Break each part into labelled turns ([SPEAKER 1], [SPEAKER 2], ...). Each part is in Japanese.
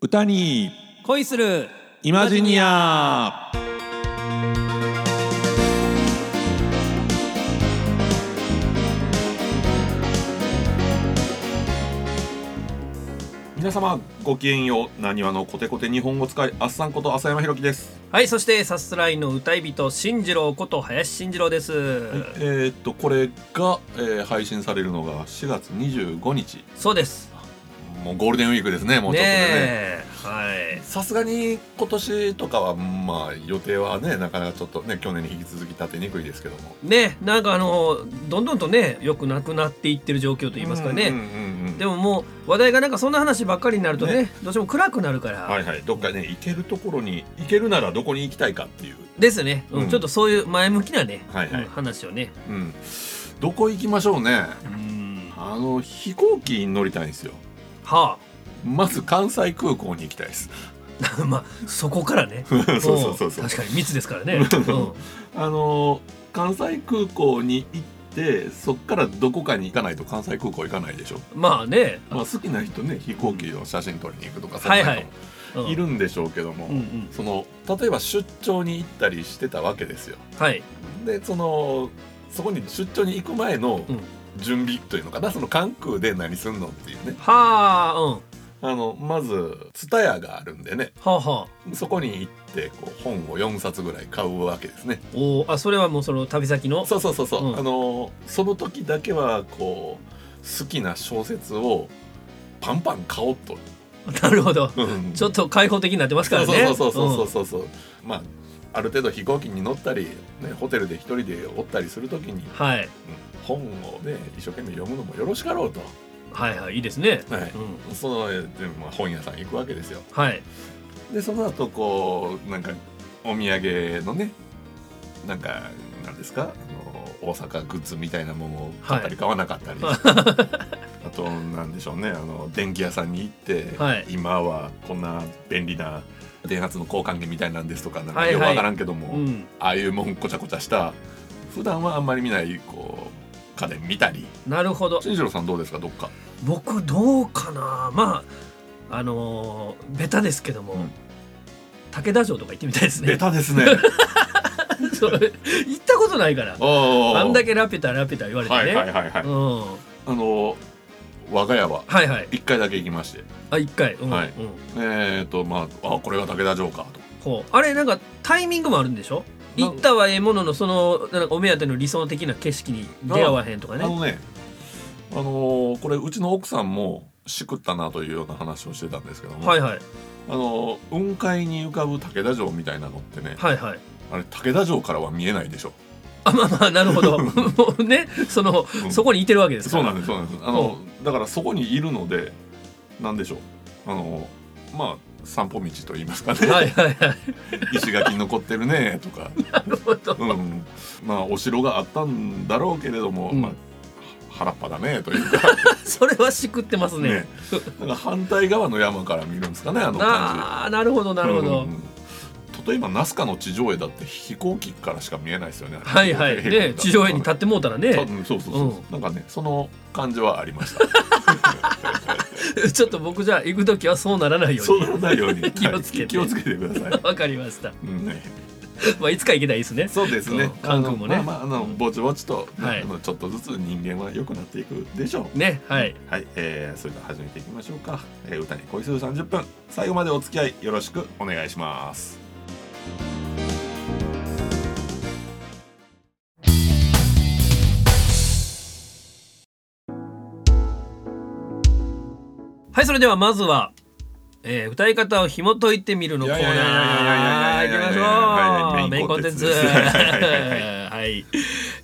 [SPEAKER 1] 歌に
[SPEAKER 2] 恋する
[SPEAKER 1] イマジニア皆様ごきげんようなにわのコテコテ日本語使いあっさんこと浅山ひろきです、
[SPEAKER 2] はいそしてさすらいの歌い人進次郎こと林進次郎です、
[SPEAKER 1] えーっとこれが、えー配信されるのが4月25日
[SPEAKER 2] そうです
[SPEAKER 1] もうゴールデンウィークですねもうちょっとでね
[SPEAKER 2] ねえはい
[SPEAKER 1] さすがに今年とかはまあ予定はねなかなかちょっとね去年に引き続き立てにくいですけども
[SPEAKER 2] ねなんかあのどんどんとねよくなくなっていってる状況といいますかね、
[SPEAKER 1] うんうんうんうん
[SPEAKER 2] でももう話題がなんかそんな話ばっかりになるとね
[SPEAKER 1] ね
[SPEAKER 2] どうしても暗くなるから、
[SPEAKER 1] はいはいどっかね行けるところに行けるならどこに行きたいかっていう、
[SPEAKER 2] ですね、うん
[SPEAKER 1] うん
[SPEAKER 2] ちょっとそういう前向きなね、
[SPEAKER 1] はいはい
[SPEAKER 2] うん話をね
[SPEAKER 1] うん、どこ行きましょうね
[SPEAKER 2] うん
[SPEAKER 1] あの飛行機に乗りたいんですよ
[SPEAKER 2] は
[SPEAKER 1] まず関西空港に行きたいです
[SPEAKER 2] あ まあそこからね
[SPEAKER 1] そうそうそうそ
[SPEAKER 2] ん
[SPEAKER 1] う
[SPEAKER 2] 確かに密ですからね、うん
[SPEAKER 1] あの関西空港に行ってそっからどこかに行かないと関西空港行かないでしょ、
[SPEAKER 2] まあね、
[SPEAKER 1] まあ、好きな人ね飛行機の写真撮りに行くとか
[SPEAKER 2] はいはい
[SPEAKER 1] そんな人も
[SPEAKER 2] うん
[SPEAKER 1] いるんでしょうけども、
[SPEAKER 2] うんうん
[SPEAKER 1] その例えば出張に行ったりしてたわけですよ
[SPEAKER 2] はい
[SPEAKER 1] でそのそこに出張に行く前の
[SPEAKER 2] うん
[SPEAKER 1] 準備というのかな、その関空で何すんのっていうね
[SPEAKER 2] はあうんは
[SPEAKER 1] あのまず蔦屋があるんでね
[SPEAKER 2] あはあ
[SPEAKER 1] そこに行ってこう本を4冊ぐらい買うわけですね
[SPEAKER 2] おーあそれはもうその旅先の
[SPEAKER 1] そうそうそうそう、
[SPEAKER 2] うん
[SPEAKER 1] あのその時だけはこう好きな小説をパンパン買おうと
[SPEAKER 2] なるほど
[SPEAKER 1] うん
[SPEAKER 2] ちょっと開放的になってますからね
[SPEAKER 1] そうそうそうそうそうそう、まあある程度飛行機に乗ったり、ね、ホテルで一人でおったりするときに、うん
[SPEAKER 2] うんはい
[SPEAKER 1] 本をね一生懸命読むのもよろしかろうと、
[SPEAKER 2] はいはいいいですね
[SPEAKER 1] はい
[SPEAKER 2] うん
[SPEAKER 1] そので、まあ、本屋さん行くわけですよ
[SPEAKER 2] はい
[SPEAKER 1] でその後こうなんかお土産のねなんかなんですかあの大阪グッズみたいなものを買ったり買わなかったり、 あとなんでしょうねあの電気屋さんに行って、
[SPEAKER 2] はい
[SPEAKER 1] 今はこんな便利な電圧の交換器みたいなんですとかなん
[SPEAKER 2] は
[SPEAKER 1] か
[SPEAKER 2] いはい
[SPEAKER 1] よくわからんけども、
[SPEAKER 2] うん
[SPEAKER 1] ああいうもんこちゃこちゃした普段はあんまり見ないこう家電見たり
[SPEAKER 2] なるほど
[SPEAKER 1] 新次郎さんどうですかどっか
[SPEAKER 2] 僕どうかなまああのーベタですけども、
[SPEAKER 1] うん
[SPEAKER 2] 武田城とか行ってみたいです
[SPEAKER 1] ベ
[SPEAKER 2] ね
[SPEAKER 1] タですね
[SPEAKER 2] そう行ったことないから
[SPEAKER 1] おー
[SPEAKER 2] あんだけラピュタラピュタ言われてね、
[SPEAKER 1] はいはいはいはい、
[SPEAKER 2] うん、
[SPEAKER 1] あの我が家は
[SPEAKER 2] はいはい
[SPEAKER 1] 一回だけ行きまして
[SPEAKER 2] あ一回、うん
[SPEAKER 1] はい
[SPEAKER 2] うん、
[SPEAKER 1] えー、とまああこれが武田城かと
[SPEAKER 2] こうあれなんかタイミングもあるんでしょ
[SPEAKER 1] なん
[SPEAKER 2] 行ったはええもののそのなんかお目当ての理想的な景色に出会わへんとか
[SPEAKER 1] あ
[SPEAKER 2] ね
[SPEAKER 1] のねあのーこれうちの奥さんもしくったなというような話をしてたんですけども、
[SPEAKER 2] はいはい
[SPEAKER 1] あのー雲海に浮かぶ武田城みたいなのってね
[SPEAKER 2] はいはい
[SPEAKER 1] あれ武田城からは見えないでしょ
[SPEAKER 2] あまあまあなる ほどもうねその、
[SPEAKER 1] うん
[SPEAKER 2] そこにいてるわけですか
[SPEAKER 1] そう
[SPEAKER 2] ら
[SPEAKER 1] なんですそうなんですあの、だからそこにいるのでなんでしょうあのまあ散歩道と言いますかね、
[SPEAKER 2] はいはいはい
[SPEAKER 1] 石垣に残ってるねとか、
[SPEAKER 2] なるほど
[SPEAKER 1] うん、まあお城があったんだろうけれども、
[SPEAKER 2] うん
[SPEAKER 1] まあ原っぱだねというか
[SPEAKER 2] それはしくってますね
[SPEAKER 1] ねなんか反対側の山から見るんですかねあの感
[SPEAKER 2] ああなるほど
[SPEAKER 1] じ
[SPEAKER 2] なるほど、
[SPEAKER 1] うんうん例えばナスカの地上絵だって飛行機からしか見えないですよね
[SPEAKER 2] はい はいね地上絵に立
[SPEAKER 1] っ
[SPEAKER 2] ってもうたら
[SPEAKER 1] て
[SPEAKER 2] ね
[SPEAKER 1] そうそうそう、なんかねその感じはありました
[SPEAKER 2] ちょっと僕じゃあ行く時はそうならないよ
[SPEAKER 1] そうな
[SPEAKER 2] うに
[SPEAKER 1] らないように
[SPEAKER 2] 気をつけて
[SPEAKER 1] はい気をつけてください、
[SPEAKER 2] わかりました、
[SPEAKER 1] うんね、
[SPEAKER 2] まあ、いつか行けたらいいですね
[SPEAKER 1] そうです
[SPEAKER 2] うん
[SPEAKER 1] ね
[SPEAKER 2] 韓国もね
[SPEAKER 1] あのまあまああのぼちぼちと、
[SPEAKER 2] はい
[SPEAKER 1] あのちょっとずつ人間は良くなっていくでしょう
[SPEAKER 2] ねはい
[SPEAKER 1] はい、えーそれでは始めていきましょうか、えー歌に恋する30分最後までお付き合いよろしくお願いします
[SPEAKER 2] はいそれではまずは、えー、歌い方を紐解いてみるのコーナ
[SPEAKER 1] いやいやいや
[SPEAKER 2] ー
[SPEAKER 1] い
[SPEAKER 2] い
[SPEAKER 1] や
[SPEAKER 2] き
[SPEAKER 1] いやいやいやいやはいは
[SPEAKER 2] ましょう
[SPEAKER 1] いメ
[SPEAKER 2] メ
[SPEAKER 1] イ
[SPEAKER 2] イ
[SPEAKER 1] ン
[SPEAKER 2] ン
[SPEAKER 1] コ
[SPEAKER 2] コ
[SPEAKER 1] ン
[SPEAKER 2] ン
[SPEAKER 1] テ
[SPEAKER 2] テ
[SPEAKER 1] ン
[SPEAKER 2] ン
[SPEAKER 1] ツ
[SPEAKER 2] ツはい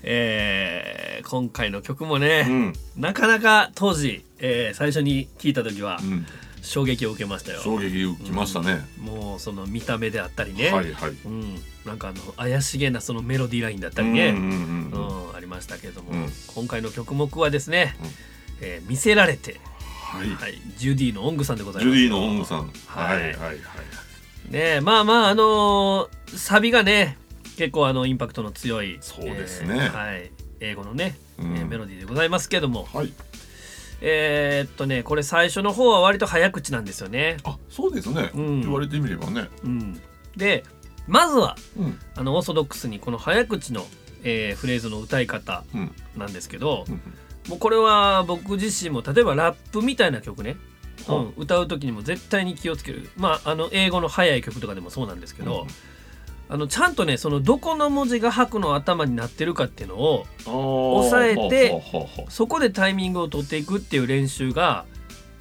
[SPEAKER 2] えー、今回の曲も
[SPEAKER 1] う
[SPEAKER 2] ね、
[SPEAKER 1] ん、
[SPEAKER 2] なかなか当時、えー、最初に聞いた時は
[SPEAKER 1] うん、
[SPEAKER 2] 衝撃を受けましたよ
[SPEAKER 1] 衝撃受きましたね、
[SPEAKER 2] もうその見た目であったりね、
[SPEAKER 1] はいはい
[SPEAKER 2] うん、なんかあの怪しげなそのメロディーラインだったり
[SPEAKER 1] うん
[SPEAKER 2] ね、
[SPEAKER 1] うん
[SPEAKER 2] う
[SPEAKER 1] うん
[SPEAKER 2] ん
[SPEAKER 1] は
[SPEAKER 2] ありましたけども、
[SPEAKER 1] うん
[SPEAKER 2] 今回の曲目はですね
[SPEAKER 1] うん
[SPEAKER 2] 「えー見せられて」
[SPEAKER 1] い、
[SPEAKER 2] はい、ジュディのオングさんでござい
[SPEAKER 1] ジュ
[SPEAKER 2] ま
[SPEAKER 1] デ
[SPEAKER 2] す
[SPEAKER 1] ィの音楽さんは
[SPEAKER 2] はいい
[SPEAKER 1] はいはい
[SPEAKER 2] ねえまあまああのーサビがね結構あのインパクトの強い
[SPEAKER 1] そうですね
[SPEAKER 2] えーはい、英語のね、
[SPEAKER 1] うん
[SPEAKER 2] えーメロディーでございますけども
[SPEAKER 1] はい
[SPEAKER 2] えーっとねこれ最初の方は割と早口なんですよね。
[SPEAKER 1] あそうですね、
[SPEAKER 2] うん
[SPEAKER 1] 言われてみればね、
[SPEAKER 2] うん、でまずは
[SPEAKER 1] うん
[SPEAKER 2] あのオーソドックスにこの早口の、えーフレーズの歌い方
[SPEAKER 1] うん
[SPEAKER 2] なんですけど、
[SPEAKER 1] うん
[SPEAKER 2] もうこれは僕自身も例えばラップみたいな曲ね、う
[SPEAKER 1] うん
[SPEAKER 2] ん、歌う時にも絶対に気をつけるまああの英語の早い曲とかでもそうなんですけど、
[SPEAKER 1] うん
[SPEAKER 2] あのちゃんとねそのどこの文字が白の頭になってるかっていうのを抑えて
[SPEAKER 1] ほうほうほうほ
[SPEAKER 2] そこでタイミングを取っていくっていう練習が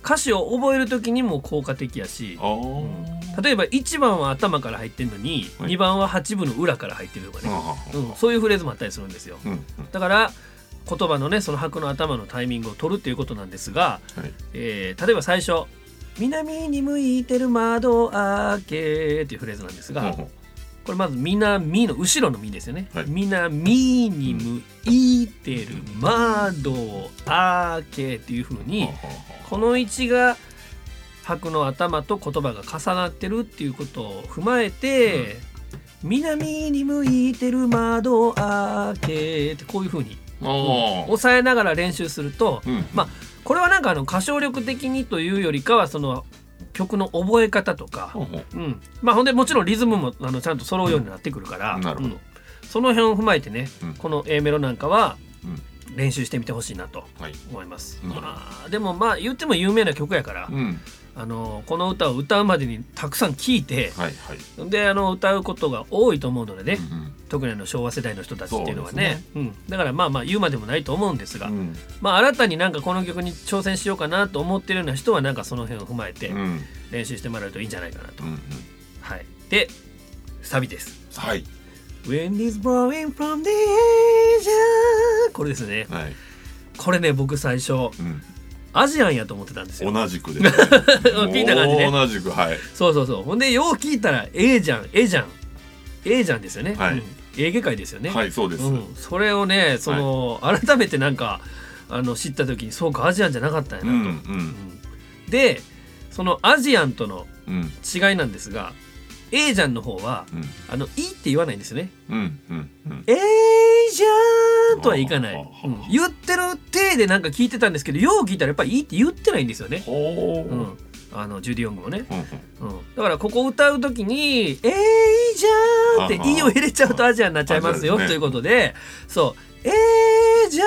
[SPEAKER 2] 歌詞を覚える時にも効果的やし
[SPEAKER 1] うあー
[SPEAKER 2] 例えば1番は頭から入ってるのに、
[SPEAKER 1] はい
[SPEAKER 2] 2番は8分の裏から入ってるとかね、
[SPEAKER 1] あー
[SPEAKER 2] うん、そういうフレーズもあったりするんですよ。
[SPEAKER 1] うんうん
[SPEAKER 2] だから言葉のねその白の頭のタイミングを取るということなんですが、
[SPEAKER 1] はい
[SPEAKER 2] えー例えば最初「南に向いてる窓を開け」っていうフレーズなんですが、
[SPEAKER 1] ほうほう
[SPEAKER 2] これまず「南」の後ろの「み」ですよね「
[SPEAKER 1] はい
[SPEAKER 2] 南に向いてる窓を開け」っていうふうに
[SPEAKER 1] ほうほうほう
[SPEAKER 2] この位置が白の頭と言葉が重なってるっていうことを踏まえて「南に向いてる窓を開け」ってこういうふうに
[SPEAKER 1] あー
[SPEAKER 2] 押さえながら練習すると
[SPEAKER 1] うん
[SPEAKER 2] まあこれはなんかあの歌唱力的にというよりかはその曲の覚え方とか、
[SPEAKER 1] ほうほう
[SPEAKER 2] うんまあ、ほんでもちろんリズムもあのちゃんと揃うようになってくるから、
[SPEAKER 1] うんなるほど
[SPEAKER 2] うんその辺を踏まえてね、
[SPEAKER 1] うん
[SPEAKER 2] この A メロなんかは
[SPEAKER 1] うん
[SPEAKER 2] 練習してみてほしいなと
[SPEAKER 1] はい
[SPEAKER 2] 思います、
[SPEAKER 1] なるほど
[SPEAKER 2] まあ、でもまあ言っても有名な曲やから、
[SPEAKER 1] うん
[SPEAKER 2] あのこの歌を歌うまでにたくさん聴いて
[SPEAKER 1] はいはい
[SPEAKER 2] であの歌うことが多いと思うのでね、
[SPEAKER 1] うん
[SPEAKER 2] 特にあの昭和世代の人たちっていうのはねうん、だからまあまあ言うまでもないと思うんですが、
[SPEAKER 1] うんうん
[SPEAKER 2] まあ、新たになんかこの曲に挑戦しようかなと思ってるような人はなんかその辺を踏まえて
[SPEAKER 1] うんうん
[SPEAKER 2] 練習してもらうといいんじゃないかなと。
[SPEAKER 1] うん
[SPEAKER 2] はい、でサビです。
[SPEAKER 1] はい、
[SPEAKER 2] Wind is blowing from the Asia これですね。
[SPEAKER 1] はい
[SPEAKER 2] これね僕最初
[SPEAKER 1] うん、
[SPEAKER 2] アジアンやと思ってたんですよ。
[SPEAKER 1] 同じ くです、ね、聞
[SPEAKER 2] いた感じね
[SPEAKER 1] 同じくはい
[SPEAKER 2] そうそうそう。ほんでよう聞いたらええじゃんええじゃんええじゃんですよね。
[SPEAKER 1] はい
[SPEAKER 2] うん、エーゲ海ですよね。
[SPEAKER 1] はいそうです、
[SPEAKER 2] うん、それをねその、改めてなんかあの知った時にそうかアジアンじゃなかったんや
[SPEAKER 1] う
[SPEAKER 2] なと。
[SPEAKER 1] んうん
[SPEAKER 2] うんでそのアジアンとの
[SPEAKER 1] うん
[SPEAKER 2] 違いなんですが A ジャンの方は
[SPEAKER 1] うん
[SPEAKER 2] あの「い」って言わないんですよね。
[SPEAKER 1] うんうんうん
[SPEAKER 2] 「A ジャン」とはいかない、
[SPEAKER 1] はあ
[SPEAKER 2] うん言ってる体でなんか聞いてたんですけどよう聞いたらやっぱり「い」って言ってないんですよね。
[SPEAKER 1] ほう
[SPEAKER 2] うんん、あのジュディ・オングもね、
[SPEAKER 1] うん
[SPEAKER 2] うん、だからここ歌う時に「えー、いいじゃん」って
[SPEAKER 1] あ
[SPEAKER 2] 「
[SPEAKER 1] ー
[SPEAKER 2] い」を入れちゃうとアジアになっちゃいますよ
[SPEAKER 1] あー
[SPEAKER 2] ということでそう「えー、じゃ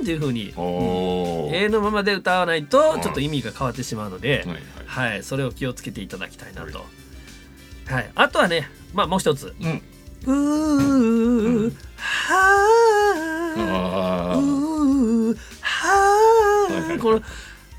[SPEAKER 2] ん」っていうふうに「
[SPEAKER 1] ほう
[SPEAKER 2] えー」のままで歌わないとちょっと意味が変わってしまうので、
[SPEAKER 1] はいはい
[SPEAKER 2] はい、それを気をつけていただきたいなと。はい、あとはね、まあもう一つ。
[SPEAKER 1] うん
[SPEAKER 2] うーう
[SPEAKER 1] あ
[SPEAKER 2] はー
[SPEAKER 1] ー
[SPEAKER 2] うーは
[SPEAKER 1] はいはいは
[SPEAKER 2] ー
[SPEAKER 1] い
[SPEAKER 2] この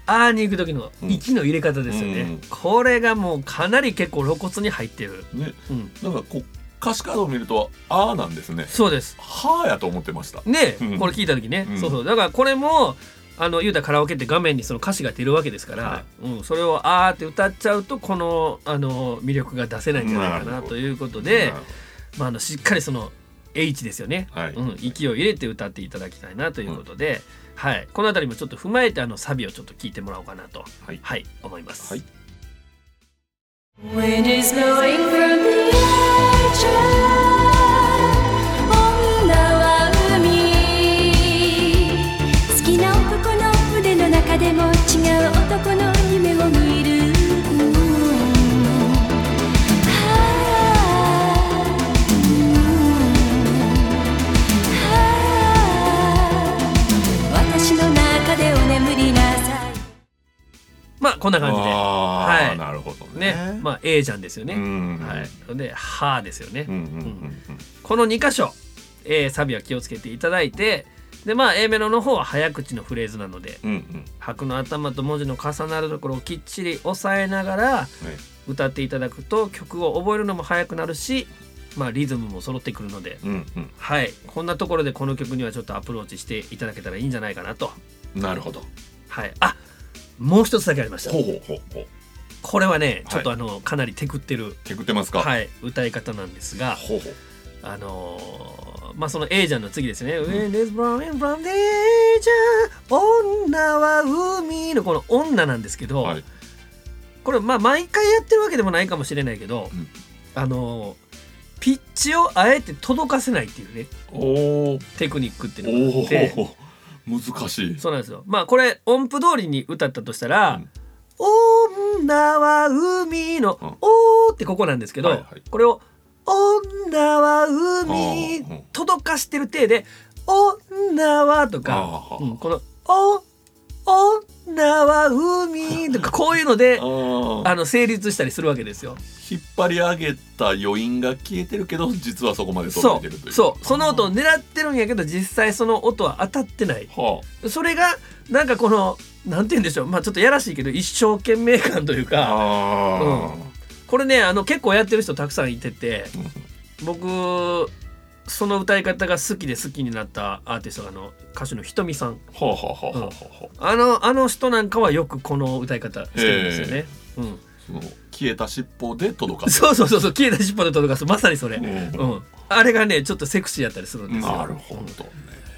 [SPEAKER 2] あーに行く時の
[SPEAKER 1] うん
[SPEAKER 2] 息の入れ方ですよね、
[SPEAKER 1] うん
[SPEAKER 2] これがもうかなり結構露骨に入ってる。
[SPEAKER 1] ね
[SPEAKER 2] うん、
[SPEAKER 1] なんかこう歌詞カードを見るとああなんですね
[SPEAKER 2] そうです。
[SPEAKER 1] はあやと思ってました
[SPEAKER 2] ね
[SPEAKER 1] う、ん
[SPEAKER 2] これ聞いた時ね、
[SPEAKER 1] うん
[SPEAKER 2] そうそう。だからこれもあの言うたらカラオケって画面にその歌詞が出るわけですから、
[SPEAKER 1] は
[SPEAKER 2] うん、それをあーって歌っちゃうとこのあの魅力が出せないんじゃないか
[SPEAKER 1] なる
[SPEAKER 2] な
[SPEAKER 1] ほど
[SPEAKER 2] ということで、
[SPEAKER 1] なるほ
[SPEAKER 2] まあ、あのしっかりその H ですよね、
[SPEAKER 1] どはい、
[SPEAKER 2] うん、息を入れて歌っていただきたいなということで、はい、この辺りもちょっと踏まえてあのサビをちょっと聞いてもらおうかなと、
[SPEAKER 1] はい
[SPEAKER 2] はい、思います。
[SPEAKER 1] はい、
[SPEAKER 3] Wind is blowing from the ocean 女は海好きな男の腕の中でも違う男の夢を見るああうんああ私の中でお眠りなさい
[SPEAKER 2] まあこんな感じで、
[SPEAKER 1] あー、
[SPEAKER 2] はい
[SPEAKER 1] なるほどね
[SPEAKER 2] ねまあ、A じゃんですよ
[SPEAKER 1] あ
[SPEAKER 2] ね。
[SPEAKER 1] ん
[SPEAKER 2] はい、で「は」ですよね。
[SPEAKER 1] うんうんうんうん
[SPEAKER 2] この2箇所、えーサビは気をつけていただいてで、まあ、A メロの方は早口のフレーズなので
[SPEAKER 1] うんうん
[SPEAKER 2] 拍の頭と文字の重なるところをきっちり押さえながら
[SPEAKER 1] ね
[SPEAKER 2] 歌っていただくと曲を覚えるのも早くなるし、まあ、リズムも揃ってくるので、
[SPEAKER 1] うんうん
[SPEAKER 2] はい、こんなところでこの曲にはちょっとアプローチしていただけたらいいんじゃないかなと。
[SPEAKER 1] なるほど。
[SPEAKER 2] はい、あもう一つだけありました
[SPEAKER 1] ほう。ほうほうほう。
[SPEAKER 2] これはね、
[SPEAKER 1] はい
[SPEAKER 2] ちょっとあの、かなりテクってる、
[SPEAKER 1] 手くってますか。い。
[SPEAKER 2] はい、歌い方なんですが、
[SPEAKER 1] ほうほう。
[SPEAKER 2] あのーまあその A ジャンの次ですね。
[SPEAKER 1] ん
[SPEAKER 2] When is blowing from the Asian 女は海のこの女なんですけど、
[SPEAKER 1] はい
[SPEAKER 2] これまあ毎回やってるわけでもないかもしれないけど、
[SPEAKER 1] うん
[SPEAKER 2] あのーピッチをあえて届かせないっていうね
[SPEAKER 1] おー
[SPEAKER 2] テクニックっていうのがあっ
[SPEAKER 1] お
[SPEAKER 2] て
[SPEAKER 1] ー。難しい。
[SPEAKER 2] そうなんですよまあこれ音符通りに歌ったとした
[SPEAKER 1] う
[SPEAKER 2] ら
[SPEAKER 1] ん
[SPEAKER 2] 「女は海の
[SPEAKER 1] うん
[SPEAKER 2] おー」ってここなんですけど、
[SPEAKER 1] はいはい
[SPEAKER 2] これを「女は
[SPEAKER 1] あ
[SPEAKER 2] 海
[SPEAKER 1] ーうん」
[SPEAKER 2] 届かしてる体で「女は」とか、
[SPEAKER 1] あ
[SPEAKER 2] うんこの「お女は海」 とかこういうので
[SPEAKER 1] あ。ー
[SPEAKER 2] あの成立したりするわけですよ。
[SPEAKER 1] 引っ張り上げた余韻が消えてるけど実はそこまで
[SPEAKER 2] そ、
[SPEAKER 1] 届いてるというう
[SPEAKER 2] そう、その音を狙ってるんやけど、実際その音は当たってない。
[SPEAKER 1] は
[SPEAKER 2] それがなんかこのなんて言うんでしょうまあちょっとやらしいけど一生懸命感という
[SPEAKER 1] あ
[SPEAKER 2] か
[SPEAKER 1] あ
[SPEAKER 2] これねあの結構やってる人たくさんいてて
[SPEAKER 1] ー、うん
[SPEAKER 2] 僕その歌い方が好きで好きになったアーティストがあの歌手のひとみさん
[SPEAKER 1] はあはあはあはあはあ
[SPEAKER 2] あのあの人なんかはよくこの歌い方してるんですよね。うん、
[SPEAKER 1] その消えた尻尾で届かす
[SPEAKER 2] そうそうそうそう消えた尻尾で届かすまさにそれ、う、
[SPEAKER 1] うん
[SPEAKER 2] あれがねちょっとセクシーやったりするんで
[SPEAKER 1] ん
[SPEAKER 2] すよ。
[SPEAKER 1] なるほどね
[SPEAKER 2] だか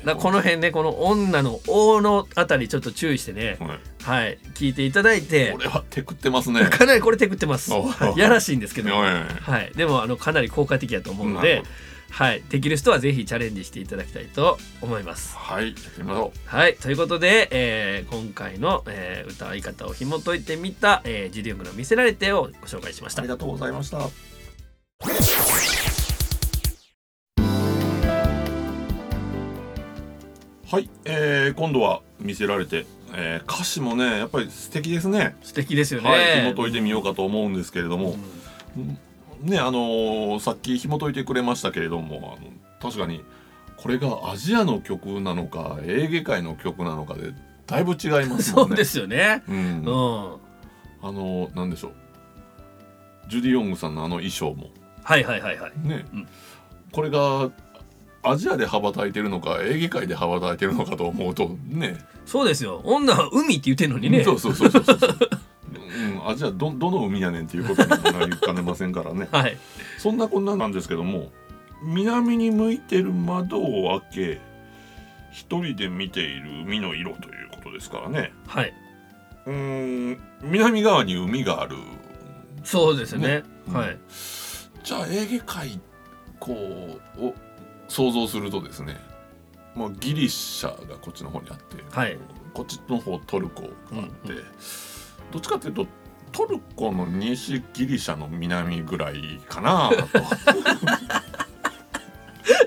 [SPEAKER 2] らこの辺ねこの女の「王のあたりちょっと注意してね、
[SPEAKER 1] はい
[SPEAKER 2] はい聞いていただいて
[SPEAKER 1] これはテクってますね
[SPEAKER 2] かなりこれ手くってます
[SPEAKER 1] おう。
[SPEAKER 2] やらしいんですけど、
[SPEAKER 1] おい
[SPEAKER 2] はい、でもあのかなり効果的だと思うの
[SPEAKER 1] なる
[SPEAKER 2] で
[SPEAKER 1] ほど、
[SPEAKER 2] はい、できる人はぜひチャレンジしていただきたいと思います。
[SPEAKER 1] はいやってみましょ
[SPEAKER 2] はい、ということで、えー今回の、えー歌い方を紐解いてみた、えー、ジュディオングの見せられてをご紹介しまし
[SPEAKER 1] うあ
[SPEAKER 2] た
[SPEAKER 1] り。がとうございましたはい、えー、今度は見せられて、えー、歌詞もねやっぱり素敵ですね
[SPEAKER 2] 素敵ですよね。
[SPEAKER 1] はい、紐解いてみようかと思うんですけれども、ねあのーさっき紐解いてくれましたけれどもあの確かにこれがアジアの曲なのかエーゲ海の曲なのかでだいぶ違います
[SPEAKER 2] そ
[SPEAKER 1] もんね。
[SPEAKER 2] うですよね。
[SPEAKER 1] うん
[SPEAKER 2] うん、は
[SPEAKER 1] あのーなんでしょうジュディ・ヨングさんのあの衣装も
[SPEAKER 2] いはいはいはい。
[SPEAKER 1] ね、
[SPEAKER 2] うん
[SPEAKER 1] これがアジアで羽ばたいてるのかエーゲ海で羽ばたいてるのかと思うとね
[SPEAKER 2] そうですよ。女は海って言ってんのにね。
[SPEAKER 1] そうそうそうそうそう。うん、アジアどどの海やねんっていうことにもなりかねませんからね。
[SPEAKER 2] はい。
[SPEAKER 1] そんなこんななんですけども南に向いてる窓を開け一人で見ている海の色ということですからね
[SPEAKER 2] はい。
[SPEAKER 1] うーん南側に海がある
[SPEAKER 2] そうですよね。
[SPEAKER 1] うん
[SPEAKER 2] はい。
[SPEAKER 1] じゃあエーゲ海こうを想像するとですね、まあ、ギリシャがこっちの方にあって、
[SPEAKER 2] はい
[SPEAKER 1] こっちの方トルコがあって、
[SPEAKER 2] うんう
[SPEAKER 1] どっちかっていうとトルコの西ギリシャの南ぐらいかなと。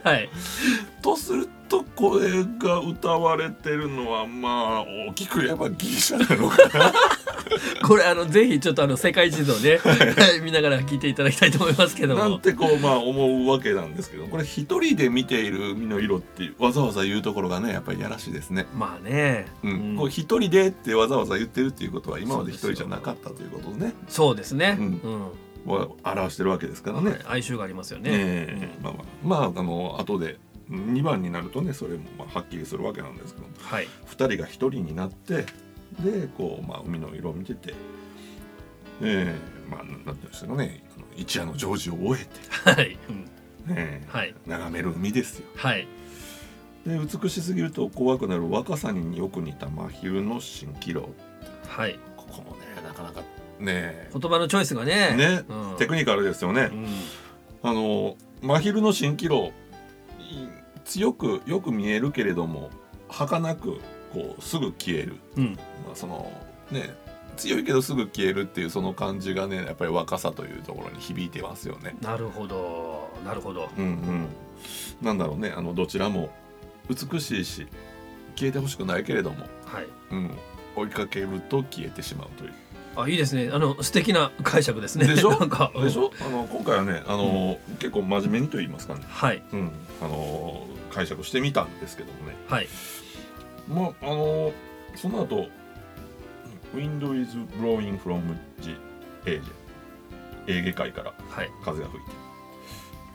[SPEAKER 2] はい。
[SPEAKER 1] とするとこれが歌われてるのはまあ大きく言えばギリシャなのかな
[SPEAKER 2] これあのぜひちょっとあの世界地図をね、はい見ながら聞いていただきたいと思いますけど
[SPEAKER 1] なん
[SPEAKER 2] も
[SPEAKER 1] てこうまあ思うわけなんですけどこれ一人で見ている海の色ってわざわざ言うところがねやっぱりやらしいですね。
[SPEAKER 2] まあね、
[SPEAKER 1] うん
[SPEAKER 2] うん
[SPEAKER 1] こう一人でってわざわざ言ってるっていうことは今まで一人じゃなかったということをね
[SPEAKER 2] そうですね、う
[SPEAKER 1] うん
[SPEAKER 2] ん
[SPEAKER 1] を表してるわけですからね。
[SPEAKER 2] はい哀愁がありますよね、
[SPEAKER 1] ええまあまあ、まあ、あの後で2番になるとねそれもまあはっきりするわけなんですけど
[SPEAKER 2] はい
[SPEAKER 1] 2人が1人になってでこう、まあ、海の色を見てて、えーまあ、なんて言うんですかねあの一夜の常時を終
[SPEAKER 2] はい、うん
[SPEAKER 1] えて、えー
[SPEAKER 2] はい
[SPEAKER 1] 眺める海ですよ
[SPEAKER 2] はい
[SPEAKER 1] で美しすぎると怖くなる若さによく似た真昼の蜃気楼
[SPEAKER 2] はい
[SPEAKER 1] ここもねなかなかね
[SPEAKER 2] 言葉のチョイスがね
[SPEAKER 1] ね
[SPEAKER 2] うん
[SPEAKER 1] テクニカルですよね、
[SPEAKER 2] うん
[SPEAKER 1] あの真昼の蜃気楼い強くよく見えるけれども儚くこうすぐ消える
[SPEAKER 2] うん
[SPEAKER 1] まあ、そのね強いけどすぐ消えるっていうその感じがねやっぱり若さというところに響いてますよね。
[SPEAKER 2] なるほどなるほど
[SPEAKER 1] うんうん、なんだろうねあのどちらも美しいし消えてほしくないけれども、
[SPEAKER 2] はい
[SPEAKER 1] うん、追いかけると消えてしまうという。
[SPEAKER 2] あいいですねあの素敵な解釈ですね
[SPEAKER 1] でしょ
[SPEAKER 2] なんか
[SPEAKER 1] でしょあの今回はねあの、結構真面目にと言いますかね、
[SPEAKER 2] はい
[SPEAKER 1] うん、あの解釈してみたんですけどもね、
[SPEAKER 2] はい
[SPEAKER 1] まああのその後 Wind is blowing from the age エーゲ海から
[SPEAKER 2] はい
[SPEAKER 1] 風が吹いて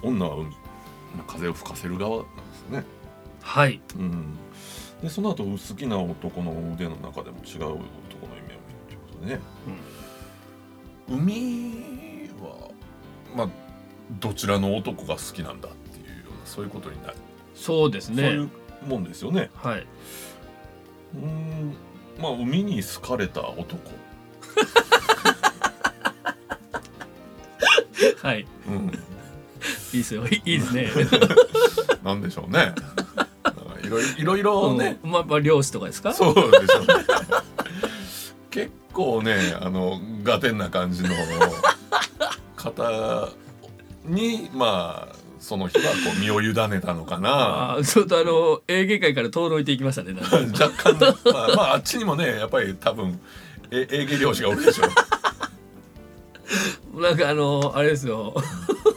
[SPEAKER 1] 女は海、まあ、風を吹かせる側なんですよね、
[SPEAKER 2] はい
[SPEAKER 1] うん、でその後好きな男の腕の中でも違う男の夢を見るということでね、海はまあどちらの男が好きなんだっていうようなそういうことになる、
[SPEAKER 2] そうです
[SPEAKER 1] そうい
[SPEAKER 2] ね
[SPEAKER 1] うもんですよね
[SPEAKER 2] はい
[SPEAKER 1] うんまあ海に好かれた男、
[SPEAKER 2] はい
[SPEAKER 1] うん、
[SPEAKER 2] いいですよいいいいですね
[SPEAKER 1] なんでしょうねなんかいろいろいろいろね、
[SPEAKER 2] うんまあまあ漁師とかですか
[SPEAKER 1] そうでしょうね結構ねあのガテンな感じの方にまあその日はこう身を委ねたのかな
[SPEAKER 2] ああちょっとあの営業界から遠のいていきましたねなんか
[SPEAKER 1] 若干、まあ、まああっちにもねやっぱり多分え営業漁師が多いでしょう
[SPEAKER 2] なんかあのあれですよ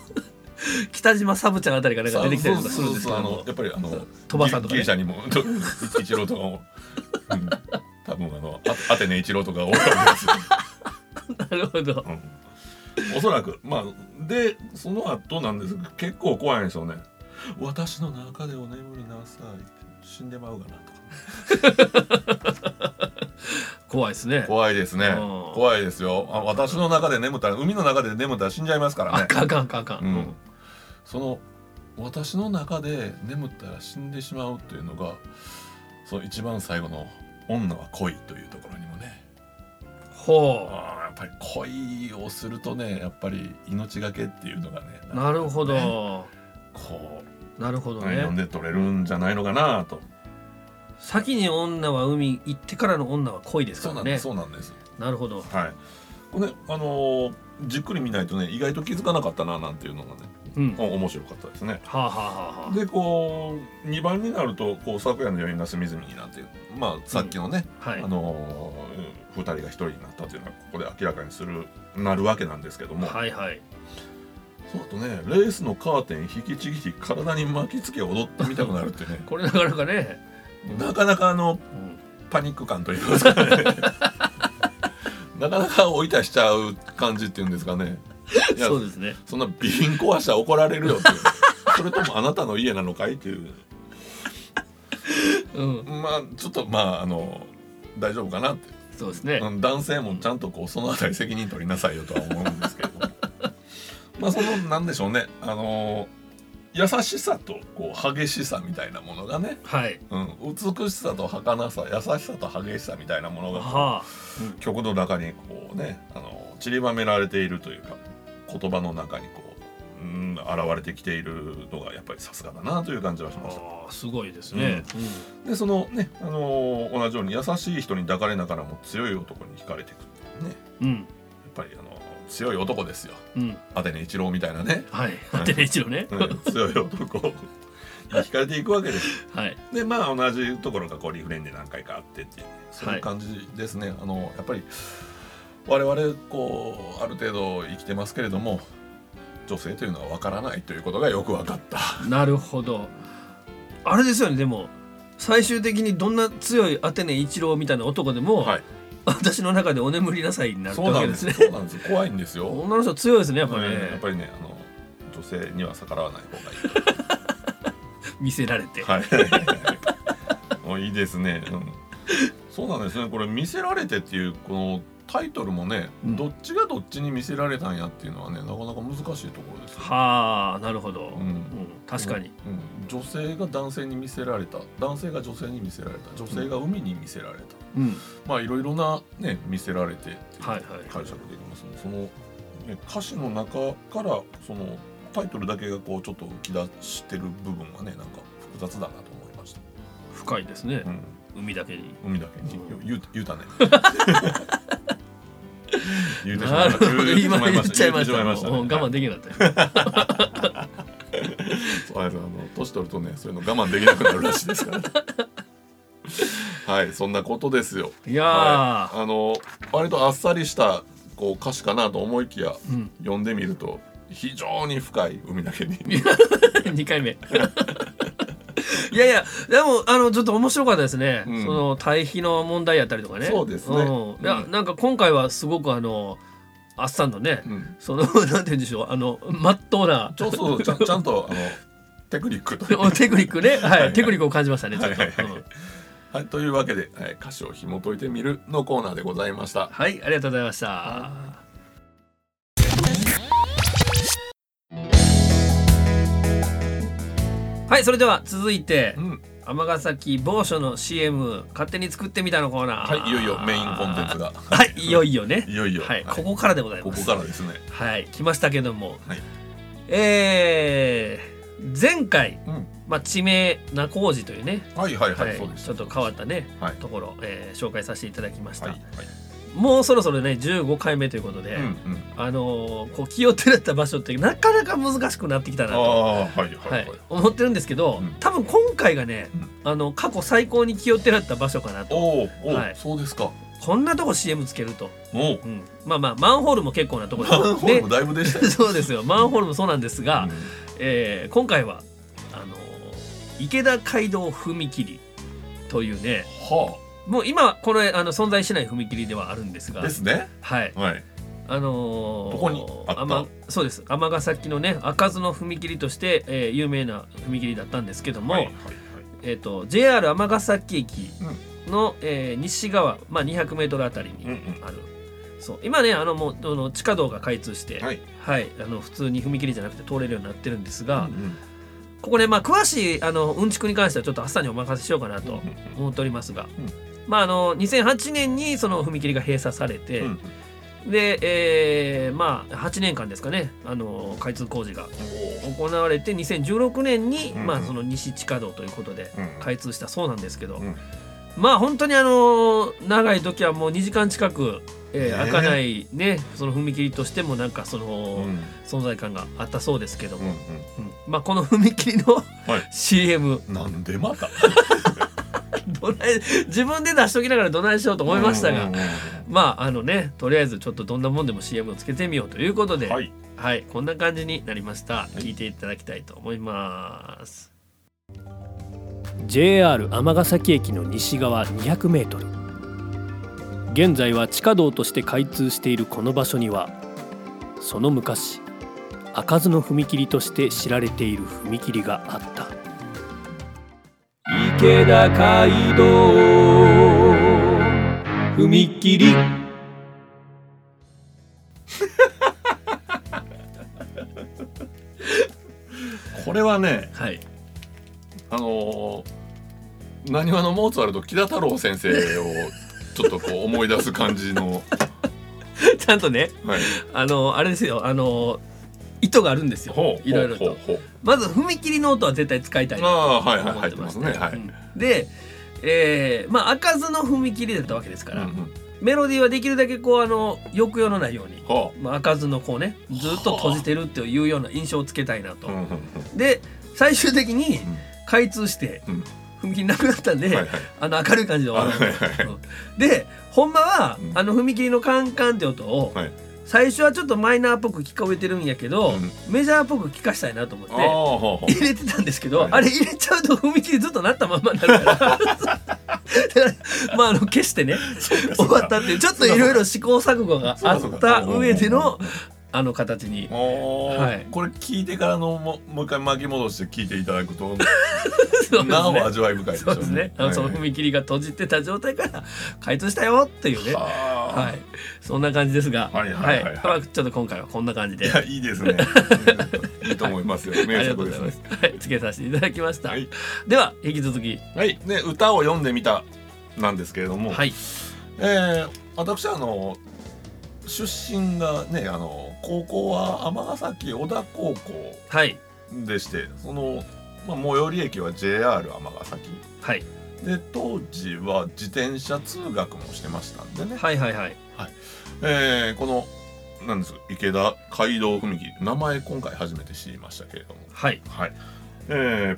[SPEAKER 2] 北島サブちゃんあたりからなんか出てきたりとかするんですけ
[SPEAKER 1] そうそうそうあ
[SPEAKER 2] ど
[SPEAKER 1] の
[SPEAKER 2] も
[SPEAKER 1] やっぱりあの
[SPEAKER 2] 鳥羽さんとかね
[SPEAKER 1] ギリシャにもと一郎とかも、うん多分あのアアテネ一郎とか多かったです
[SPEAKER 2] なるほど
[SPEAKER 1] おそらくまあでその後なんですが結構怖いんですよね私の中でお眠りなさいって死んでまうかなとか
[SPEAKER 2] 怖いですね
[SPEAKER 1] 怖いですね
[SPEAKER 2] うん
[SPEAKER 1] 怖いですよあ私の中で眠ったら海の中で眠ったら死んじゃいますから
[SPEAKER 2] あ
[SPEAKER 1] ね
[SPEAKER 2] かんあかんあかんあかん、
[SPEAKER 1] う
[SPEAKER 2] うんん、
[SPEAKER 1] その私の中で眠ったら死んでしまうっていうのがその一番最後の「女は恋」というところにもね
[SPEAKER 2] ほ
[SPEAKER 1] あーやっぱり恋をするとねやっぱり命がけっていうのがね
[SPEAKER 2] うなるほ
[SPEAKER 1] ね
[SPEAKER 2] ど
[SPEAKER 1] こう
[SPEAKER 2] なるほど
[SPEAKER 1] 読ん
[SPEAKER 2] ね
[SPEAKER 1] で取れるんじゃないのかなと。
[SPEAKER 2] 先に女は海行ってからの女は恋です
[SPEAKER 1] そ
[SPEAKER 2] か
[SPEAKER 1] うな
[SPEAKER 2] ら
[SPEAKER 1] んで
[SPEAKER 2] ね
[SPEAKER 1] す。そうなんです。
[SPEAKER 2] なるほど
[SPEAKER 1] はい。これ、あのーじっくり見ないとね、意外と気づかなかったななんていうのがね、
[SPEAKER 2] うんは
[SPEAKER 1] お面白かったですね。
[SPEAKER 2] あ、はあはあはあ、
[SPEAKER 1] で、こう、二番になると、こう、昨夜の余韻が隅々になんていう、まあ、さっきのね、
[SPEAKER 2] はい
[SPEAKER 1] あのー二人が一人になったというのは、ここで明らかにする、なるわけなんですけども。
[SPEAKER 2] はいはい。
[SPEAKER 1] そうだとね、レースのカーテン引きちぎり、体に巻きつけ踊ってみたくなるってね
[SPEAKER 2] これなかなかね、
[SPEAKER 1] なかなかあの
[SPEAKER 2] うん
[SPEAKER 1] パニック感といいますか ねなかなか追い出しちゃう感じっていうんですかねいや
[SPEAKER 2] そうですね
[SPEAKER 1] そんな備品壊したら怒られるよっていうそれともあなたの家なのかいっていう
[SPEAKER 2] うん
[SPEAKER 1] まあちょっとまああの大丈夫かなって
[SPEAKER 2] そうですね、
[SPEAKER 1] うん男性もちゃんとこうそのあたり責任取りなさいよとは思うんですけどまあそのなんでしょうねあの優しさとこう激しさみたいなものがね、
[SPEAKER 2] はい
[SPEAKER 1] うん、美しさと儚さ優しさと激しさみたいなものがこう
[SPEAKER 2] はあ、
[SPEAKER 1] 曲の中にこうねあの散りばめられているというか言葉の中にこう、うん、現れてきているのがやっぱりさすがだなという感じはしました
[SPEAKER 2] ああすごいですね、
[SPEAKER 1] でそのね、あのー同じように優しい人に抱かれながらも強い男に惹かれていくっていうね
[SPEAKER 2] うんうん
[SPEAKER 1] やっぱり、あの強い男ですよ
[SPEAKER 2] うん
[SPEAKER 1] アテネ一郎みたいな ね、
[SPEAKER 2] はいでね一応ね
[SPEAKER 1] うん強い男に惹かれていくわけです
[SPEAKER 2] はい
[SPEAKER 1] でまあ同じところがこうリフレインで何回かあってっていうそういう感じですね、あのやっぱり我々こうある程度生きてますけれども女性というのは分からないということがよく分かった
[SPEAKER 2] なるほどあれですよねでも最終的にどんな強いアテネ一郎みたいな男でも、
[SPEAKER 1] はい
[SPEAKER 2] 私の中でお眠りなさいになる
[SPEAKER 1] そう
[SPEAKER 2] わ
[SPEAKER 1] な
[SPEAKER 2] け
[SPEAKER 1] ん
[SPEAKER 2] で
[SPEAKER 1] ですすよ
[SPEAKER 2] ね
[SPEAKER 1] そうなんですよ怖いんですよ、
[SPEAKER 2] 女の人強いですね やっぱね、
[SPEAKER 1] うんやっぱりねあの女性には逆らわない方がいい
[SPEAKER 2] 見せられ て、
[SPEAKER 1] はい。もういいですね、うんそうなんですね。これ見せられてっていうこのタイトルもね、
[SPEAKER 2] うん
[SPEAKER 1] どっちがどっちに見せられたんやっていうのはね、なかなか難しいところですよね、
[SPEAKER 2] はあなるほど、
[SPEAKER 1] う
[SPEAKER 2] うんん確かに、
[SPEAKER 1] うん、女性が男性に見せられた男性が女性に見せられた女性が海に見せられた、
[SPEAKER 2] うん
[SPEAKER 1] まあいろいろなね見せられてっていう
[SPEAKER 2] はいはい
[SPEAKER 1] 解釈できますね、その、ね、歌詞の中からそのタイトルだけがこうちょっと浮き出してる部分はねなんか複雑だなと思いました、
[SPEAKER 2] 深いですね、
[SPEAKER 1] うん、
[SPEAKER 2] 海だけに
[SPEAKER 1] 海だけに
[SPEAKER 2] うん
[SPEAKER 1] 言う言う たね言うてしま
[SPEAKER 2] ない
[SPEAKER 1] ま
[SPEAKER 2] るほど
[SPEAKER 1] 言うてし
[SPEAKER 2] 今
[SPEAKER 1] まい
[SPEAKER 2] 言
[SPEAKER 1] ま
[SPEAKER 2] っ
[SPEAKER 1] した
[SPEAKER 2] ちゃいました
[SPEAKER 1] 言うてし
[SPEAKER 2] もう
[SPEAKER 1] まいましたね
[SPEAKER 2] 我慢できなかったよ
[SPEAKER 1] そうあれあの年取るとねそういうの我慢できなくなるらしいです からねはいそんなことですよ
[SPEAKER 2] いやー、
[SPEAKER 1] はい、あの割とあっさりしたこう歌詞かなと思いきや
[SPEAKER 2] うん
[SPEAKER 1] 読んでみると非常に深い海だけに
[SPEAKER 2] 二回目 いやいやでもあのちょっと面白かったですね、
[SPEAKER 1] うん
[SPEAKER 2] その対比の問題やったりとかね
[SPEAKER 1] そうですね
[SPEAKER 2] んいや
[SPEAKER 1] うん
[SPEAKER 2] なんか今回はすごくあのあっさんのね、
[SPEAKER 1] うん
[SPEAKER 2] その なんて言うんでしょうあのまっとうな
[SPEAKER 1] ちょそう ちゃんちゃんとあのテクニックという
[SPEAKER 2] おテクニックね、はい
[SPEAKER 1] はい
[SPEAKER 2] テクニックを感じましたねちょっと、
[SPEAKER 1] はいはいはい
[SPEAKER 2] うん
[SPEAKER 1] はい、というわけで、はい、歌詞を紐解いてみるのコーナーでございました。
[SPEAKER 2] はいありがとうございました、はいそれでは続いて、
[SPEAKER 1] うん、
[SPEAKER 2] 尼崎某所の CM 勝手に作ってみたのコーナー
[SPEAKER 1] はい、いよいよメインコンテンツが。
[SPEAKER 2] はいいよいよね
[SPEAKER 1] いよいよ。
[SPEAKER 2] はい、こ
[SPEAKER 1] こ
[SPEAKER 2] こからでござい
[SPEAKER 1] こ
[SPEAKER 2] ます
[SPEAKER 1] からですね。
[SPEAKER 2] はい来ましたけども、
[SPEAKER 1] はい
[SPEAKER 2] えー前回
[SPEAKER 1] うん、
[SPEAKER 2] まあ、地名中王子というね、
[SPEAKER 1] はいはいはい、
[SPEAKER 2] はい
[SPEAKER 1] そうです
[SPEAKER 2] ちょっと変わったね、
[SPEAKER 1] はい
[SPEAKER 2] ところ、えー紹介させていただきました、
[SPEAKER 1] はいはい、
[SPEAKER 2] もうそろそろね15回目ということで、
[SPEAKER 1] うんうん
[SPEAKER 2] あのーこう気を照らった場所ってなかなか難しくなってきたな
[SPEAKER 1] あ
[SPEAKER 2] と、は
[SPEAKER 1] あはいはい
[SPEAKER 2] い
[SPEAKER 1] はい、
[SPEAKER 2] 思ってるんですけど、
[SPEAKER 1] うん
[SPEAKER 2] 多分今回がね、
[SPEAKER 1] うん
[SPEAKER 2] あの過去最高に気を照らった場所かなと
[SPEAKER 1] おーおー、
[SPEAKER 2] はい
[SPEAKER 1] そうですか
[SPEAKER 2] こんなとこ CM つけると、
[SPEAKER 1] おー
[SPEAKER 2] うんまあまあマンホールも結構なとこ
[SPEAKER 1] マンホールも
[SPEAKER 2] ね
[SPEAKER 1] だいぶでしたよ、
[SPEAKER 2] そうですよマンホールもそうなんですが、
[SPEAKER 1] うん
[SPEAKER 2] えー今回はあのー池田街道踏切というね
[SPEAKER 1] は
[SPEAKER 2] もう今はこれあの存在しない踏切ではあるんです
[SPEAKER 1] あ
[SPEAKER 2] が
[SPEAKER 1] ですね
[SPEAKER 2] はい
[SPEAKER 1] はい
[SPEAKER 2] あのー
[SPEAKER 1] どこにあった
[SPEAKER 2] 尼そうです尼崎のね開かずの踏切として、えー有名な踏切だったんですけども、
[SPEAKER 1] はいはい
[SPEAKER 2] えー、と JR 尼崎駅の、えー西側、まあ、200m あたりに
[SPEAKER 1] うんうん
[SPEAKER 2] ある、そう今ねあのもうあの地下道が開通して、
[SPEAKER 1] は
[SPEAKER 2] はい
[SPEAKER 1] い
[SPEAKER 2] あの普通に踏切じゃなくて通れるようになってるんです
[SPEAKER 1] う
[SPEAKER 2] が、
[SPEAKER 1] んうん
[SPEAKER 2] ここね、まあ、詳しいあのうんちくに関してはちょっと朝にお任せしようかなと
[SPEAKER 1] うん
[SPEAKER 2] 思っておりますが、
[SPEAKER 1] うん
[SPEAKER 2] まあ、あの2008年にその踏切が閉鎖されて、
[SPEAKER 1] うんうん
[SPEAKER 2] で、えーまあ8年間ですかねあの開通工事が行われて2016年に、
[SPEAKER 1] うんうん
[SPEAKER 2] まあ、その西地下道ということで
[SPEAKER 1] おーうん
[SPEAKER 2] 開通したそうなんですけど、
[SPEAKER 1] うん
[SPEAKER 2] まあ本当にあの長い時はもう2時間近く、えー
[SPEAKER 1] ねえ
[SPEAKER 2] 開かないねその踏切としてもなんかそ
[SPEAKER 1] うん
[SPEAKER 2] の
[SPEAKER 1] うん
[SPEAKER 2] 存在感があったそうですけど
[SPEAKER 1] うん
[SPEAKER 2] も、うんまあこの踏切の CM
[SPEAKER 1] うんなんでまた
[SPEAKER 2] どない自分で出しときながらどないしようと思いましたが、
[SPEAKER 1] うんうん
[SPEAKER 2] まああのねとりあえずちょっとどんなもんでも CM をつけてみようということ
[SPEAKER 1] う
[SPEAKER 2] で、
[SPEAKER 1] んはい
[SPEAKER 2] はい、こんな感じになりました。
[SPEAKER 1] い
[SPEAKER 2] 聞いていただきたいと思います。
[SPEAKER 4] JR 尼崎駅の西側 200m 現在は地下道として開通しているこの場所にはその昔開かずの踏切として知られている踏切があった池田街道踏切
[SPEAKER 1] これはね
[SPEAKER 2] はい。
[SPEAKER 1] あのー、なにわのモーツァルト木田太郎先生をちょっとこう思い出す感じ の、
[SPEAKER 2] ちゃんとね、
[SPEAKER 1] はい、
[SPEAKER 2] あのあれですよ、あの意図があるんですよ
[SPEAKER 1] ほ。う
[SPEAKER 2] いろいろ
[SPEAKER 1] ほう
[SPEAKER 2] と。
[SPEAKER 1] ほうほう
[SPEAKER 2] まず踏切の音は絶対使いたいな
[SPEAKER 1] ああ
[SPEAKER 2] と
[SPEAKER 1] はいはい
[SPEAKER 2] 思
[SPEAKER 1] 入
[SPEAKER 2] っ
[SPEAKER 1] ってて
[SPEAKER 2] ま
[SPEAKER 1] ますす
[SPEAKER 2] ね。
[SPEAKER 1] ねはい、
[SPEAKER 2] うんで、えーまあ開かずの踏切だったわけですから、
[SPEAKER 1] うんうん
[SPEAKER 2] メロディーはできるだけこうあの抑揚のないように。
[SPEAKER 1] は
[SPEAKER 2] まあ、開かずのこうねずっと閉じてるっていうような印象をつけたいなと、
[SPEAKER 1] あうんうんうん
[SPEAKER 2] で最終的に
[SPEAKER 1] うん
[SPEAKER 2] 開通して
[SPEAKER 1] うん
[SPEAKER 2] 踏切なくなったんで、
[SPEAKER 1] はいはい
[SPEAKER 2] あの明るい感じで終わるんですよ
[SPEAKER 1] はいは
[SPEAKER 2] うんでほんまは、
[SPEAKER 1] うん
[SPEAKER 2] あの踏切のカンカンって音を、
[SPEAKER 1] はい
[SPEAKER 2] 最初はちょっとマイナーっぽく聞こえてるんやけど、
[SPEAKER 1] うん
[SPEAKER 2] メジャーっぽく聞かしたいなと思って
[SPEAKER 1] ああほうほう
[SPEAKER 2] 入れてたんですけど、
[SPEAKER 1] はい
[SPEAKER 2] あれ入れちゃうと踏切ずっとなったまんまになるから だからまああの消してね終わったっていうちょっといろいろ試行錯誤があった上でのあの形に
[SPEAKER 1] おー
[SPEAKER 2] はい
[SPEAKER 1] これ聞いてからのももう一回巻き戻して聞いていただ くと、
[SPEAKER 2] そうです
[SPEAKER 1] なお
[SPEAKER 2] ね
[SPEAKER 1] 味わい深いでしょ
[SPEAKER 2] そうですねあのその踏切が閉じてた状態から開通したよっていうねは、
[SPEAKER 1] はい
[SPEAKER 2] そんな感じですが、
[SPEAKER 1] はいはいはいはい
[SPEAKER 2] まあちょっと今回はこんな感じ
[SPEAKER 1] い
[SPEAKER 2] で、
[SPEAKER 1] い
[SPEAKER 2] あ
[SPEAKER 1] やいいです ねいいと思いますよ名
[SPEAKER 2] りが
[SPEAKER 1] 作
[SPEAKER 2] とうご
[SPEAKER 1] で
[SPEAKER 2] ざい
[SPEAKER 1] す
[SPEAKER 2] ま
[SPEAKER 1] ね
[SPEAKER 2] す。はい、つけさせていただきました。
[SPEAKER 1] はい
[SPEAKER 2] では引き続き、
[SPEAKER 1] はい、ね、歌を読んでみたなんですけれども、
[SPEAKER 2] はい、
[SPEAKER 1] えー私あの出身がねあの高校は尼崎小田高校
[SPEAKER 2] はい、
[SPEAKER 1] でしてその、まあ、最寄り駅は JR 尼崎
[SPEAKER 2] はい、
[SPEAKER 1] で当時は自転車通学もしてましたんでね、
[SPEAKER 2] はい、はい、はい、
[SPEAKER 1] えーこのなんです池田街道踏切名前今回初めて知りましたけれども
[SPEAKER 2] はい、
[SPEAKER 1] はいえー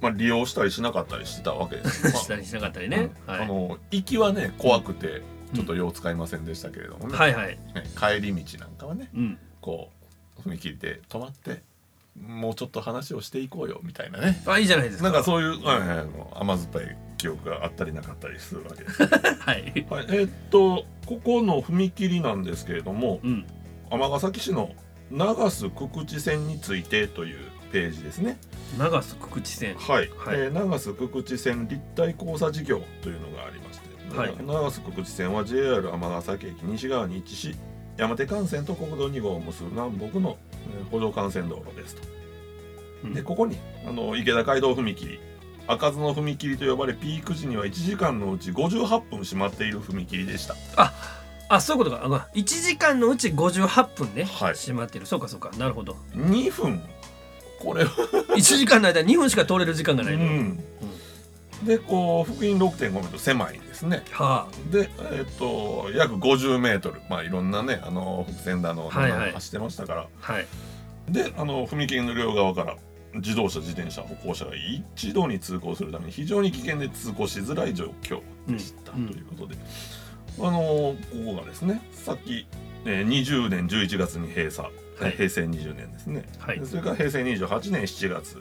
[SPEAKER 1] まあ、利用したりしなかったりしてたわけです、まあ
[SPEAKER 2] したりしなかったりね、
[SPEAKER 1] うん
[SPEAKER 2] は
[SPEAKER 1] あ
[SPEAKER 2] い、
[SPEAKER 1] の行きはね怖くてちょっとよう使いませんでしたけれどもね、
[SPEAKER 2] はい、はい、
[SPEAKER 1] ね帰り道なんかはね
[SPEAKER 2] うん、
[SPEAKER 1] こう踏切で止まってもうちょっと話をしていこうよみたいなね
[SPEAKER 2] あ、いいじゃないですか。
[SPEAKER 1] なんかそういう、はいはいあの甘酸っぱい記憶があったりなかったりするわけです。
[SPEAKER 2] はい、
[SPEAKER 1] はい、えーっとここの踏切なんですけれども
[SPEAKER 2] うん、
[SPEAKER 1] 尼崎市の長須久地線についてというページですね。
[SPEAKER 2] 長須久地線、
[SPEAKER 1] はい、
[SPEAKER 2] はい
[SPEAKER 1] えー長須久地線立体交差事業というのがありまして、
[SPEAKER 2] はい
[SPEAKER 1] 長須久地線は JR 尼崎駅西側に位置し山手幹線と国道2号を結ぶ南北のえー補助幹線道路ですと、
[SPEAKER 2] うん
[SPEAKER 1] でここにあの池田街道踏切開かずの踏切と呼ばれピーク時には1時間のうち58分閉まっている踏切でした
[SPEAKER 2] あ、そういうことか、あまあ、一時間のうち58分ね、
[SPEAKER 1] はい
[SPEAKER 2] 閉まってる、そうか、そうか、なるほど、
[SPEAKER 1] 2分これは、
[SPEAKER 2] 1時間の間2分しか通れる時間が
[SPEAKER 1] う
[SPEAKER 2] ないの、
[SPEAKER 1] ん、でこう福音6.5メートル狭いですね
[SPEAKER 2] は
[SPEAKER 1] で、えっと約50メートルまあいろんなねあの北線だの、
[SPEAKER 2] はいはい
[SPEAKER 1] 走ってましたから
[SPEAKER 2] あはい
[SPEAKER 1] であの踏切の両側から自動車自転車歩行者が一度に通行するために非常に危険で通行しづらい状況でした、
[SPEAKER 2] うん
[SPEAKER 1] ということで、あのここがですねさっき、えー20年11月に閉鎖、えー
[SPEAKER 2] はい
[SPEAKER 1] 平成20年ですね、
[SPEAKER 2] はい
[SPEAKER 1] でそれから平成28年7月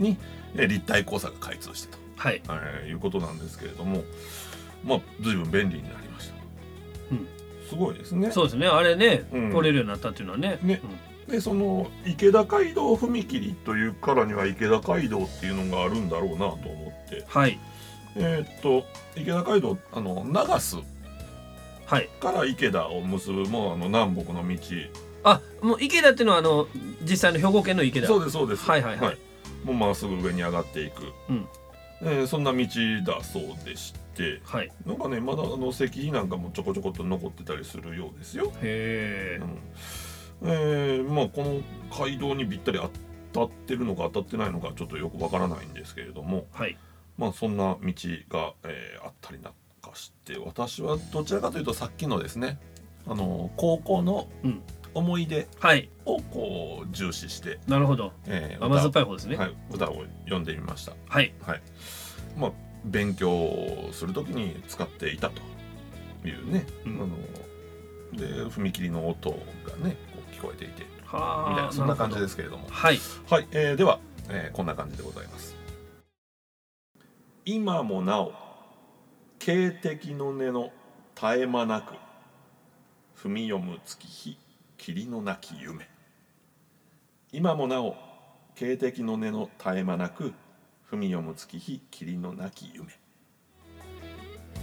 [SPEAKER 1] に、えー立体交差が開通したと、
[SPEAKER 2] はい
[SPEAKER 1] えーいうことなんですけれどもまあ随分便利になりました、
[SPEAKER 2] うん
[SPEAKER 1] すごいですね
[SPEAKER 2] そうですねあれね、
[SPEAKER 1] うん
[SPEAKER 2] 通れるようになったっていうのはね
[SPEAKER 1] ねでその池田街道踏切というからには池田街道っていうのがあるんだろうなと思って
[SPEAKER 2] はい
[SPEAKER 1] えーっと池田街道あの長洲
[SPEAKER 2] はい
[SPEAKER 1] から池田を結ぶもうあの南北の道
[SPEAKER 2] あもう池田っていうのはあの実際の兵庫県の池田
[SPEAKER 1] そうですそうです
[SPEAKER 2] はいはいはい
[SPEAKER 1] もうまっすぐ上に上がっていく、
[SPEAKER 2] うん
[SPEAKER 1] えーそんな道だそうでして
[SPEAKER 2] はいへ
[SPEAKER 1] なんかねまだあの石碑なんかもちょこちょこっと残ってたりするようですよ
[SPEAKER 2] え
[SPEAKER 1] うんえーまあ、この街道にぴったり当たってるのか当たってないのかちょっとよくわからないんですけれども、
[SPEAKER 2] はい
[SPEAKER 1] まあ、そんな道が、えーあったりなんかして私はどちらかというとさっきのですねあの高校の
[SPEAKER 2] うん
[SPEAKER 1] 思い出
[SPEAKER 2] はい
[SPEAKER 1] をこう重視して、
[SPEAKER 2] なるほど
[SPEAKER 1] えー
[SPEAKER 2] 甘酸っ
[SPEAKER 1] 歌
[SPEAKER 2] ぱい方ですね
[SPEAKER 1] はい、歌を読んでみました、
[SPEAKER 2] はい
[SPEAKER 1] はいまあ、勉強をする時に使っていたというね、
[SPEAKER 2] うん
[SPEAKER 1] あので踏切の音がねこう聞こえていて
[SPEAKER 2] はあ
[SPEAKER 1] みたいなそんな感じですすけれども
[SPEAKER 2] はい
[SPEAKER 1] はい、えーでは、えーこんな感じでございます今もなお警笛の音の絶え間なく踏み読む月日霧のなき夢今もなお警笛の音の絶え間なく踏み読む月日霧のなき夢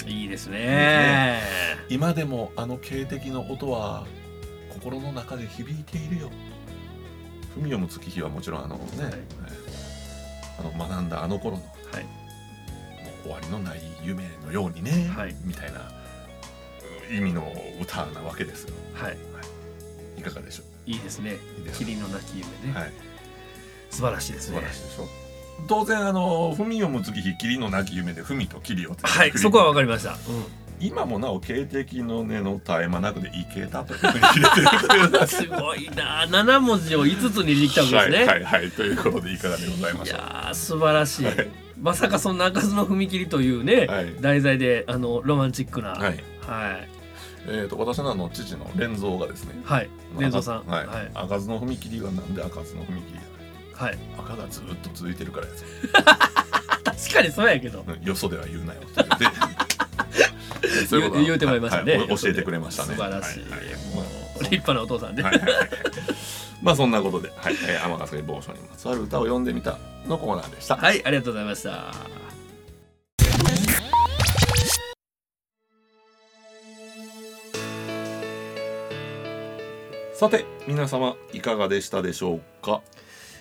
[SPEAKER 2] いいですね
[SPEAKER 1] 今でもあの警笛の音は心の中で響いているよ文読む月日はもちろんあのね、
[SPEAKER 2] はい
[SPEAKER 1] あの学んだあの頃のも
[SPEAKER 2] はいう
[SPEAKER 1] 終わりのない夢のようにね、
[SPEAKER 2] はい
[SPEAKER 1] みたいなうん意味の歌なわけですよ
[SPEAKER 2] はい
[SPEAKER 1] いかがでしょ
[SPEAKER 2] いいですね
[SPEAKER 1] いいですね
[SPEAKER 2] 霧のなき夢
[SPEAKER 1] う、
[SPEAKER 2] ね、
[SPEAKER 1] はい、
[SPEAKER 2] 素晴らしいです
[SPEAKER 1] 素
[SPEAKER 2] ね
[SPEAKER 1] 晴らしいでしょ当然あの「文読む月日霧のなき夢」で「文」と「霧をつけて
[SPEAKER 2] はいそこはわかりました、
[SPEAKER 1] 今もなお警笛の音の絶え間なくで「いけた」というふうに入れてる という
[SPEAKER 2] すごいなあ7文字を5つにできたんですね、
[SPEAKER 1] はいはいはいということでいかがでございま
[SPEAKER 2] い
[SPEAKER 1] しょう
[SPEAKER 2] やー素晴らしい、まさかそんな開かずの踏切というね、
[SPEAKER 1] はい
[SPEAKER 2] 題材であのロマンチックな
[SPEAKER 1] はい、
[SPEAKER 2] はい
[SPEAKER 1] えー、と私のあの父の連蔵がですね
[SPEAKER 2] はい連蔵さん
[SPEAKER 1] はい、
[SPEAKER 2] はい
[SPEAKER 1] 開かずの踏切はなんで開かずの踏切や
[SPEAKER 2] はい
[SPEAKER 1] 赤がずっと続いてるからやつ
[SPEAKER 2] 確かにそうやけど
[SPEAKER 1] よそでは言うなよって言ってそういうこと
[SPEAKER 2] 言う言うてもらいましたね
[SPEAKER 1] ははお教えてくれましたね
[SPEAKER 2] 素晴らしい
[SPEAKER 1] はいはい
[SPEAKER 2] もう立派なお父さんで、
[SPEAKER 1] はいはいはい まあそんなことで、はい、えー、天ヶ瀬某所にまつわる歌を読んでみたのコーナーでした。
[SPEAKER 2] はい、ありがとうございました。
[SPEAKER 1] さて、皆様いかがでしたでしょうか。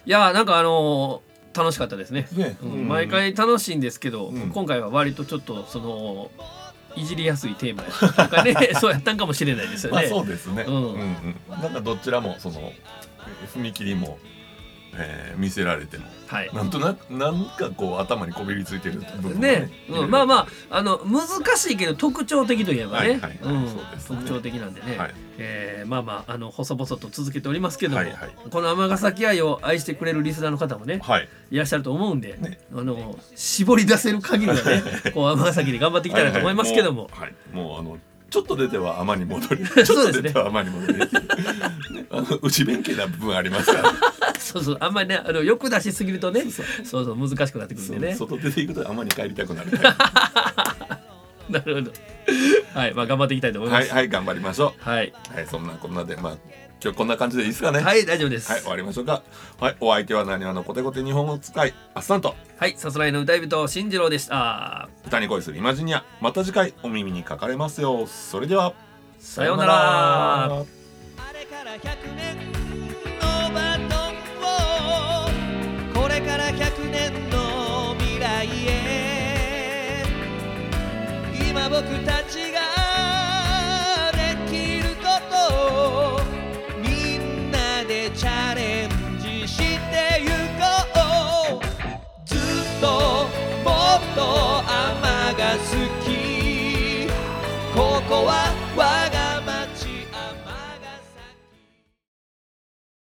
[SPEAKER 2] いやー、なんかあのー楽しかったですね。
[SPEAKER 1] ね
[SPEAKER 2] うん毎回楽しいんですけど、
[SPEAKER 1] うん
[SPEAKER 2] 今回は割とちょっとそのいじりやすいテーマやっ たりとかね、そうやったんかもしれないですよ
[SPEAKER 1] まあ
[SPEAKER 2] ね。
[SPEAKER 1] そうですね。
[SPEAKER 2] う
[SPEAKER 1] うんんうん。なんかどちらもその踏切も、えー見せられても
[SPEAKER 2] はい。
[SPEAKER 1] なんとなくなんかこう頭にこびりついてる部分が
[SPEAKER 2] ね、うん、まあ
[SPEAKER 1] あ
[SPEAKER 2] まああの難しいけど特徴的といえば
[SPEAKER 1] はい
[SPEAKER 2] ね、
[SPEAKER 1] はいはい
[SPEAKER 2] うん
[SPEAKER 1] そうですね
[SPEAKER 2] 特徴的なんでね、
[SPEAKER 1] はい
[SPEAKER 2] えーまあまああの細々と続けておりますけども、
[SPEAKER 1] はいはい
[SPEAKER 2] この尼崎愛を愛してくれるリスナーの方もね
[SPEAKER 1] はい
[SPEAKER 2] いらっしゃると思うんで、
[SPEAKER 1] ね
[SPEAKER 2] あの絞り出せる 限りはねこう尼崎で頑張っていきたいなと思いますけども。
[SPEAKER 1] はいはいもうはいもうあのちょっと出ては甘に戻 りちょ
[SPEAKER 2] すね
[SPEAKER 1] っと出ては甘に戻 り、ね、あの内弁慶な部分ありますから、
[SPEAKER 2] そうそうあんまりねあの欲出しすぎるとねそうそう難しくなってくるんでね
[SPEAKER 1] 外出ていくと甘に帰りたくなるタイ
[SPEAKER 2] なるほどはいまあ頑張っていきたいと思
[SPEAKER 1] プ
[SPEAKER 2] い
[SPEAKER 1] は
[SPEAKER 2] ま
[SPEAKER 1] い
[SPEAKER 2] す
[SPEAKER 1] はい頑張りましょ
[SPEAKER 2] はい、は
[SPEAKER 1] うはいそんなこんなでまあ今日こんな感じでいいですかね
[SPEAKER 2] い、大丈夫です
[SPEAKER 1] はい、終わりましょうか。はい、お相手はなにわのコテコテ日本語使い、アスタント、
[SPEAKER 2] はいさすらいの歌い人進次郎でした
[SPEAKER 1] 歌に恋するイマジニア、また次回お耳にかかれますよ。それでは、
[SPEAKER 2] さようなら。
[SPEAKER 5] あれから100年のバトンをこれから100年の未来へ今僕たちが